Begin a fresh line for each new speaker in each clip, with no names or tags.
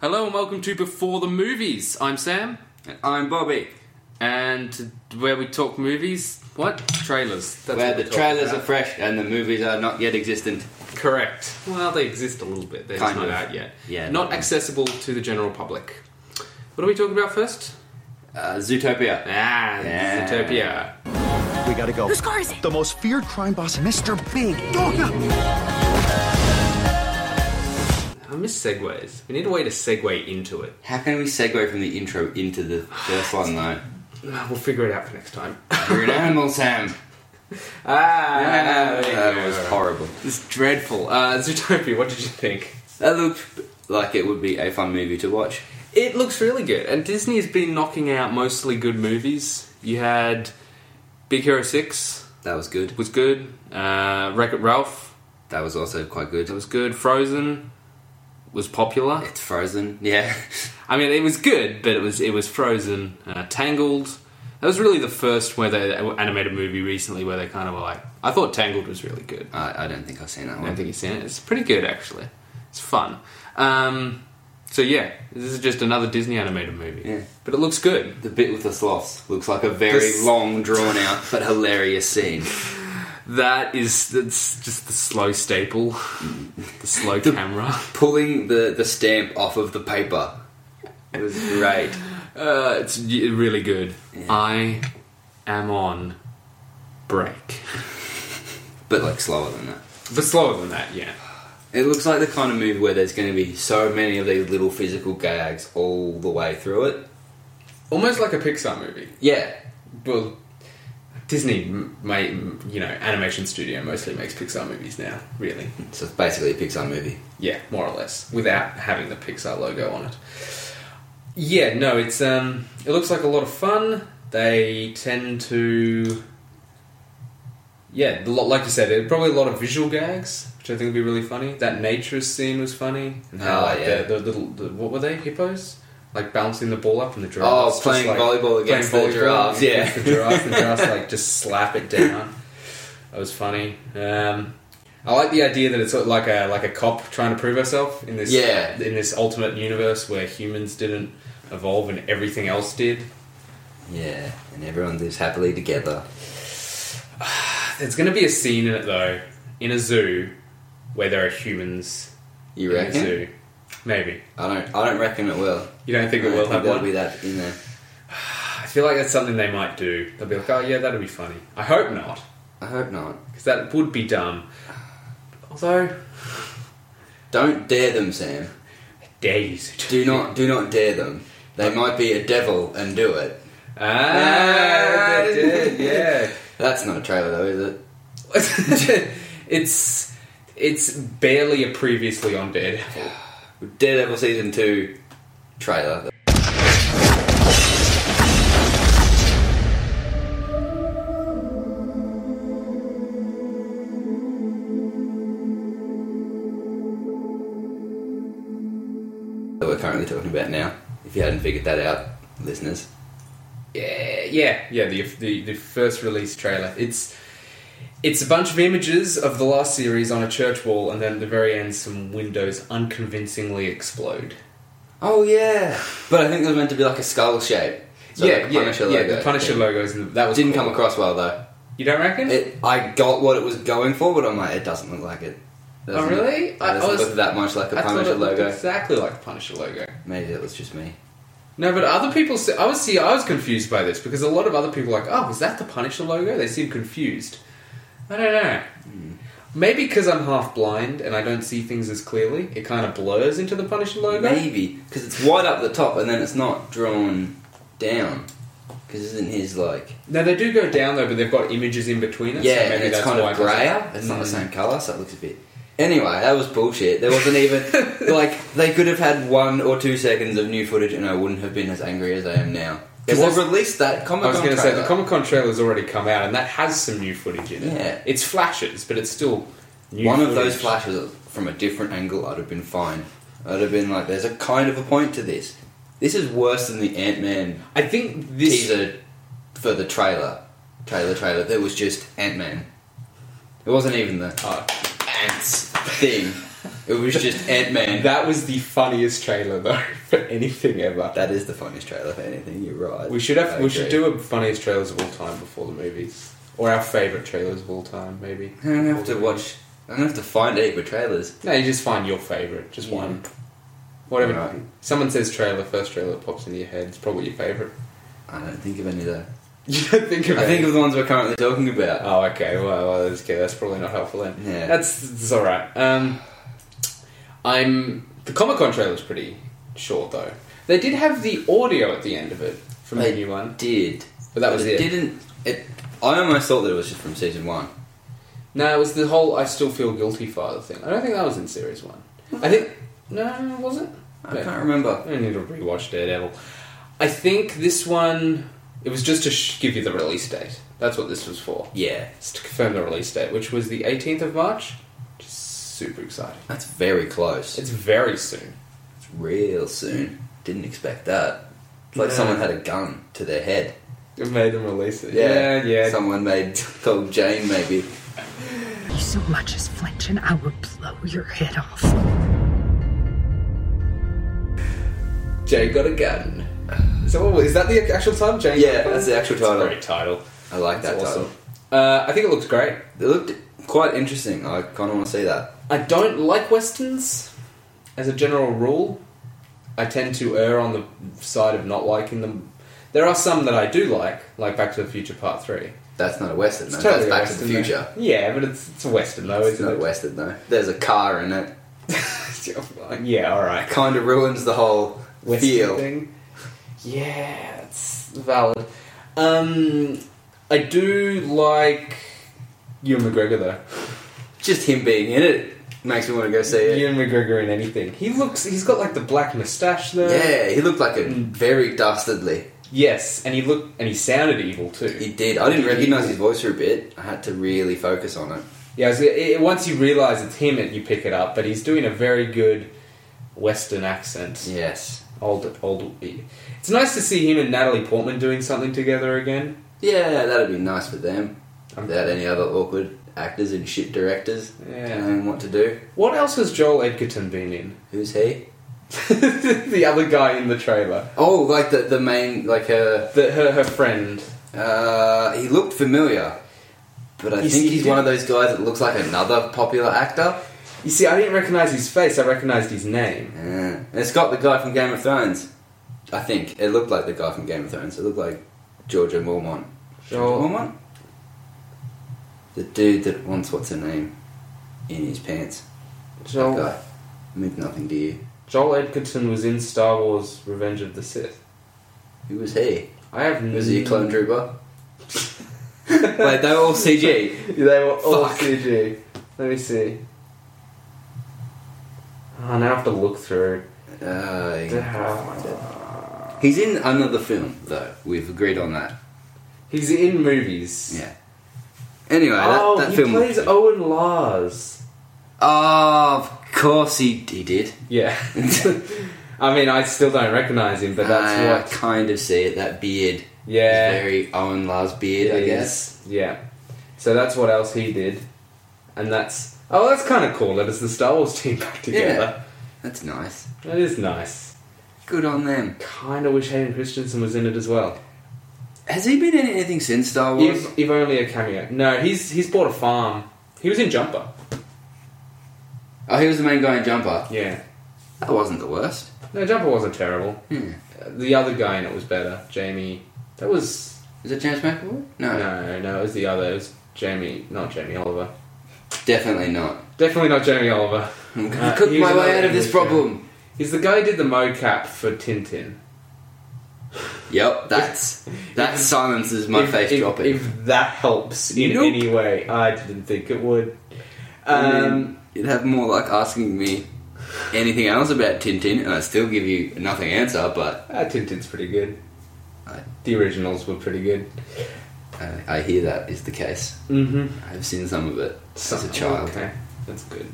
Hello and welcome to Before the Movies. I'm Sam,
I'm Bobby,
and to- where we talk movies, what trailers? That's
where
what we
the
talk
trailers
about.
are fresh and the movies are not yet existent.
correct. Well, they exist a little bit. They're just not
Kind of.
out yet.
Yeah,
not
they're-
accessible to the general public. What are we talking about first?
Uh, Zootopia.
Ah,
Yeah.
Zootopia.
We gotta go.
Whose car is it?
The most feared crime boss, Mr. Big Oh, Dog.
I miss segues. We need a way to segue into it.
How can we segue from the intro into the first one though?
Ah, We'll figure it out for next time.
You're an animal, Sam.
Ah,
that was horrible.
It's dreadful. Uh, Zootopia. What did you think?
That looked like it would be a fun movie to watch.
It looks really good, and Disney has been knocking out mostly good movies. You had Big Hero Six
That was good.
was good. Uh, Wreck It Ralph
That was also quite
that
good.
was good. Frozen was popular.
It's Frozen. Yeah.
I mean, it was good, but it was it was Frozen. Uh, Tangled. That was really the first where they animated movie recently where they kind of were like. I thought Tangled was really good.
I, I don't think I've seen that
I don't
one.
think you've seen it. It's pretty good actually. It's fun. Um, so yeah, this is just another Disney animated movie.
Yeah.
But it looks good.
The bit with the sloths looks like a very
This-
long, drawn out, but hilarious scene.
That is that's just the slow staple, the slow
The-
camera.
Pulling the, the stamp off of the paper was great.
Uh, it's y- really good. I am on break,
But like slower than that.
but slower than that. Yeah,
It looks like the kind of movie where there's going to be so many of these little physical gags all the way through it.
almost like a Pixar movie.
Yeah,
Well, Disney, m- ma- m- you know, animation studio mostly makes Pixar movies now. Really,
so it's basically a Pixar movie.
yeah, more or less, without having the Pixar logo on it. Yeah, no, it's um, it looks like a lot of fun. They tend to, yeah, a lot, like you said, it, probably a lot of visual gags, which I think would be really funny. That nature scene was funny, and how
Oh,
like
yeah.
the, the little the, what were they hippos? Like bouncing the ball up and the
Oh,
giraffes. just,
playing
like,
volleyball against the giraffes, yeah.
against the giraffes, and the giraffes like just slap it down. That was funny. Um, I like the idea that it's sort of like a like a cop trying to prove herself in this
Yeah.
in this alternate universe where humans didn't evolve and everything else did.
Yeah, and everyone lives happily together.
There's going to be a scene in it though, in a zoo, where there are humans
You
in a
reckon?
zoo. Maybe
I don't. I don't reckon it will.
you don't think
I
it
don't
will
think
have
there'll
one.
be that in there.
I feel like that's something they might do. They'll be like, oh yeah, that'll be funny. I hope not,
I hope not.
because that would be dumb. Although,
Don't dare them, Sam.
dare you zoo-
Do not. Do not dare them. They might be a devil and do it.
Ah, they did, yeah.
That's not a trailer though, is it?
it's it's barely a previously on dead.
Daredevil season two trailer. That we're currently talking about now. If you hadn't figured that out, listeners,
Yeah, yeah, yeah. The, the the first release trailer. It's it's a bunch of images of the last series on a church wall, and then at the very end, some windows unconvincingly explode.
Oh yeah, but I think it was meant to be like a skull shape. So
yeah,
like a
yeah,
Punisher
yeah.
logo.
The Punisher
Yeah.
logos. And that was
didn't
cool.
come across well though.
You don't reckon?
It, I got what it was going for, but I'm like, it doesn't look like it.
Oh, really?
It
I- I
doesn't
was-
look that much like a
I thought
Punisher
it looked
logo.
exactly like the Punisher logo.
Maybe that was just me.
No, but other people. Say, I was see. I was confused by this because a lot of other people are like, "Oh, is that the Punisher logo?" They seem confused. I don't know.
Hmm.
Maybe because I'm half blind and I don't see things as clearly, it kind of blurs into the Punisher logo.
Maybe because it's wide up the top and then it's not drawn down. Because isn't his like?
No, they do go down though, but they've got images in between it. so
yeah,
maybe
and it's
that's
kind
why
of
doesn't-
grayer. It's not the
Mm.
same color, so it looks a bit. Anyway, that was bullshit. There wasn't even like they could have had one or two seconds of new footage, and I wouldn't have been as angry as I am now. Because
There was-
they released that comic.
I was going to say the Comic Con trailer's already come out, and that has some new footage in it.
Yeah.
it's flashes, but it's still new
One of
footage.
those flashes from a different angle, I'd have been fine. I'd have been like, "There's a kind of a point to this. This is worse than the Ant Man
I think this
teaser for the trailer, trailer, trailer. That was just Ant Man. It wasn't even the
Oh.
ants thing. It was just Ant Man.
That was the funniest trailer though for anything ever.
that is the funniest trailer for anything. You're right.
We should have
I
we should
agree.
do a funniest trailers of all time before the movies, or our favorite trailers of all time, maybe.
I don't have to watch. I don't have to find eight but trailers.
No, you just find your favorite, just
Yeah.
one. Whatever.
Right.
Someone says trailer, first trailer that pops into your head. It's probably your favorite.
I don't think of any of that.
You don't think of
I
it.
think of the ones we're currently talking about.
Oh, okay. Well, well, that's, okay. that's probably not helpful then.
Yeah.
That's, that's all right. Um, I'm the Comic Con trailer was pretty short though. They did have the audio at the end of it from
They
the new one.
Did,
But that was it.
Didn't it? I almost thought that it was just from season one.
No, it was the whole "I still feel guilty" father thing. I don't think that was in series one. I think no, was it?
I
Yeah.
can't remember.
I need to rewatch Daredevil. I think this one it was just to sh- give you the release date. That's what this was for.
Yeah,
It's to confirm the release date, which was the 18th of March. Just super exciting.
that's very close.
It's very soon.
It's real soon. Didn't expect that. It's like
Yeah.
someone had a gun to their head.
It made them release it. Yeah, yeah.
Someone made told Jane maybe.
You so much as flinch, and I will blow your head off.
Jay got a gun. So what- is that the actual title? Jay.
Yeah, that's the actual title.
Great title.
I like
That's
that
awesome.
title.
Uh, I think it looks great.
It looked quite interesting. I kind of want to see that.
I don't like westerns as a general rule. I tend to err on the side of not liking them. There are some that I do like, like Back to the Future Part 3.
That's not a western.
It's
though.
totally a
that's Back
western,
to the Future.
though. Yeah, but it's, it's a western though,
It's not a
isn't
western though. There's a car in it.
it? yeah, alright.
Kind of ruins the whole
Western
feel.
thing. Yeah, it's valid. Um, I do like Ewan McGregor though.
Just him being in it makes me want to go see it.
Ewan McGregor in anything. He looks. He's got like the black moustache though.
Yeah, he looked like it
Mm.
very dastardly.
Yes, and he looked and he sounded evil too.
He did. I didn't recognise his voice for a bit. I had to really focus on it.
Yeah, so it, once you realise it's him, it, you pick it up. But he's doing a very good Western accent.
Yes.
Old, old. It's nice to see him and Natalie Portman doing something together again.
Yeah, that'd be nice for them.
I'm-
Without any other awkward actors and shit directors
Yeah.
knowing what to do.
What else has Joel Edgerton been in?
Who's he?
the other guy in the trailer,
Oh, like the the main like uh,
the, her her friend.
uh he looked familiar. But I
He's-
think
he
he's
did-
one of those guys that looks like another popular actor.
You see, I didn't recognise his face. I recognised his name.
Yeah. And it's got the guy from Game of Thrones. I think. It looked like the guy from Game of Thrones. It looked like Giorgio Mormont.
Joel-
Mormont? The dude that wants what's her name in his pants. That
Joel
guy. Meant nothing to you.
Joel Edgerton was in Star Wars: Revenge of the Sith.
Who was he?
I have no.
Was he a clone trooper? Wait, they were all CG.
They were all
Fuck.
CG. Let me see. Oh, now I have to look through.
Uh,
Ah.
he's in another film, though. We've agreed on that.
He's in movies.
Yeah. Anyway, that,
oh,
that
he
film.
plays Owen Lars.
oh, of course he, he did.
Yeah. I mean, I still don't recognise him, but
I
that's what.
kind of see it. That beard.
Ah, Yeah.
It's Ah, very Owen Lars beard, I
is.
guess.
Yeah. So that's what else he did, and that's oh, that's kind of cool that it's the Star Wars team back together.
That's nice.
That is nice.
Good on them.
Kind of wish Hayden Christensen was in it as well.
Has he been in anything since Star Wars?
If, if only a cameo. No, he's he's bought a farm. He was in Jumper.
Oh, he was the main guy in Jumper.
Yeah.
That wasn't the worst.
No, Jumper wasn't terrible.
Hmm.
Uh, The other guy in it was better. Jamie. That was
Is it James McAvoy? No,
no, no. It was the other. It was Jamie, not Jamie Oliver.
definitely not.
Definitely not Jamie Oliver.
I'm gonna
Uh,
cook
he was
my
another
way out of this
English
problem.
He's the guy who did the mocap for Tintin.
Yep, that's that silences my
if,
face
if,
dropping.
If that helps in
Nope.
any way, I didn't think it would. Um,
You'd have more like asking me anything else about Tintin, and I'd still give you nothing answer. But
ah, Tintin's pretty good.
I-
The originals were pretty good.
I, I hear that is the case.
Mm-hmm.
I've seen some of it as a
Something.
child.
Okay, that's good.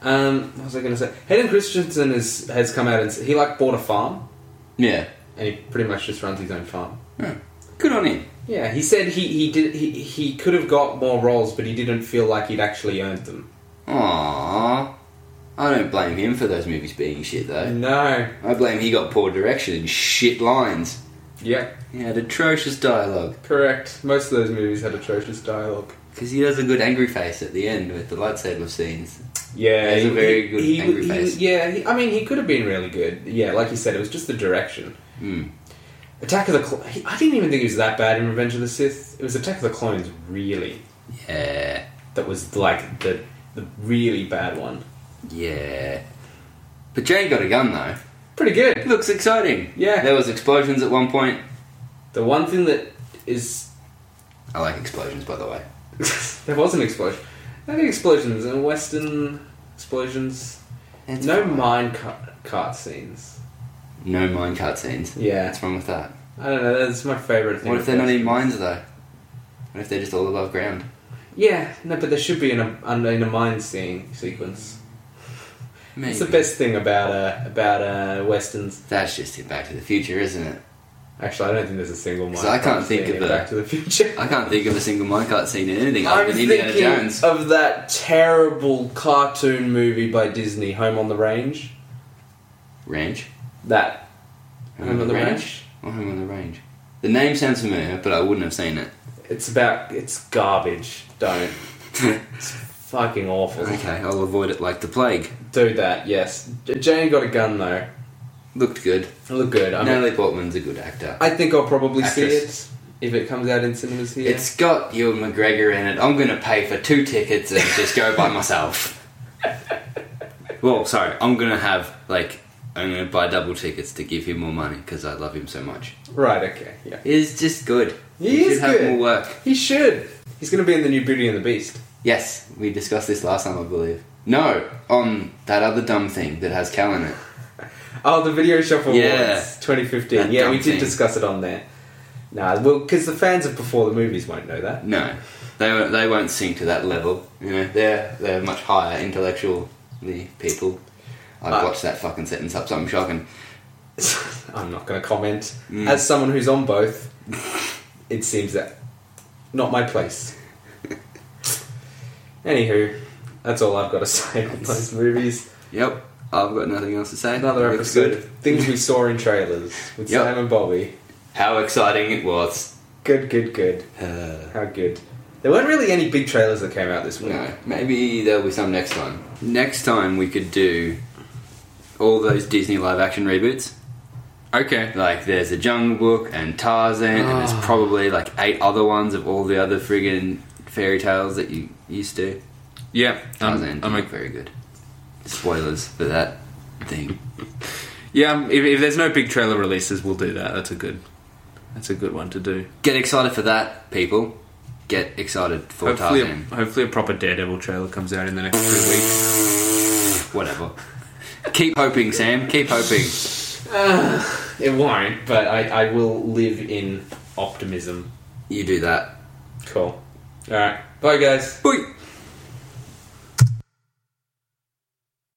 Um, what was I going to say? Hayden Christensen is, has come out and s- he like bought a farm
Yeah,
and he pretty much just runs his own farm.
Hmm. good on him.
Yeah, he said he, he did he, he could have got more roles, but he didn't feel like he'd actually earned them.
Aww, I don't blame him for those movies being shit though.
No.
I blame he got poor direction and shit lines.
Yeah,
He had atrocious dialogue
correct. Most of those movies had atrocious dialogue.
because he does a good angry face at the end with the lightsaber scenes.
Yeah,
He has a very good angry
he-
face.
Yeah, he, I mean, he could have been really good. Yeah, like you said, it was just the direction.
Mm.
Attack of the Cl- he- I didn't even think he was that bad in Revenge of the Sith. It was Attack of the Clones, really,
Yeah,
that was like the the really bad one.
yeah. But Jane got a gun though.
Pretty
It
good.
looks exciting.
Yeah.
There was explosions at one point.
The one thing that is
I like explosions, by the way.
there was an explosion. I think explosions and Western explosions.
It's
no
fine.
mine cart, cart scenes.
No mine cutscenes.
Yeah.
What's wrong with that?
I don't know. That's my favorite thing.
What if they're not in
Westerns.
mines though? What if they're just all above ground?
Yeah, no, but there should be in a under- in a mine scene sequence.
Maybe.
It's the best thing about uh, about uh, westerns.
That's just in Back to the Future, isn't it?
Actually, I don't think there's a single mine.
So I can't
cart
think
scene
of
in
the-
Back to the Future.
I can't think of a single minecart scene in anything other
I'm
than Indiana
thinking
Jones.
of that terrible cartoon movie by Disney, Home on the Range.
Range.
That Home on the Range.
Or Home on the Range. The name sounds familiar, but I wouldn't have seen it.
It's about it's garbage. Don't. It's fucking awful.
okay, I'll avoid it like the plague.
Do that. Yes. J- Jane got a gun though.
Looked good.
Look good. I mean,
Natalie Portman's a good actor.
I think I'll probably
Actress.
see it if it comes out in cinemas here.
It's got Ewan McGregor in it. I'm going to pay for two tickets and just go by myself. well, sorry, I'm going to have, like, I'm going to buy double tickets to give him more money because I love him so much.
right. Okay. Yeah.
He's just good.
He
should
is
have
good.
more work.
He should. He's going to be in the new Beauty and the Beast.
Yes, we discussed this last time, I believe. No, on that other dumb thing that has Cal in it.
Oh, the Video Shop Awards
Yeah.
2015.
That
yeah,
dumb
we did
thing.
discuss it on there. Nah, well, because the fans of Before the Movies won't know that.
No, they won't, they won't sink to that level. You know, they're they're much higher intellectually people. I've
Ah.
watched that fucking sentence up, so I'm shocking.
I'm not going to comment.
Mm.
As someone who's on both, it seems that not my place. Anywho, that's all I've got to say on those movies.
Yep, I've got nothing else to say.
Another
Looks
episode of things we saw in trailers with
Yep.
Sam and Bobby.
How exciting it was!
Good, good, good.
Uh,
How good. There weren't really any big trailers that came out this week.
no, maybe there'll be some next time. Next time we could do all those Disney live action reboots.
Okay.
Like there's a Jungle Book and Tarzan, and
Ah.
there's probably like eight other ones of all the other friggin' fairy tales that you used to.
Yeah, Um,
Tarzan, I'm very good. Spoilers for that thing.
Yeah, um, if, if there's no big trailer releases, we'll do that. That's a good, that's a good one to do.
Get excited for that, people. Get excited for
Hopefully, a,
Tarzan.
hopefully a proper Daredevil trailer comes out in the next three weeks.
Whatever. Keep hoping, Sam. Keep hoping.
It won't, but I, I will live in optimism.
You do that.
Cool. All right, bye guys.
Boy.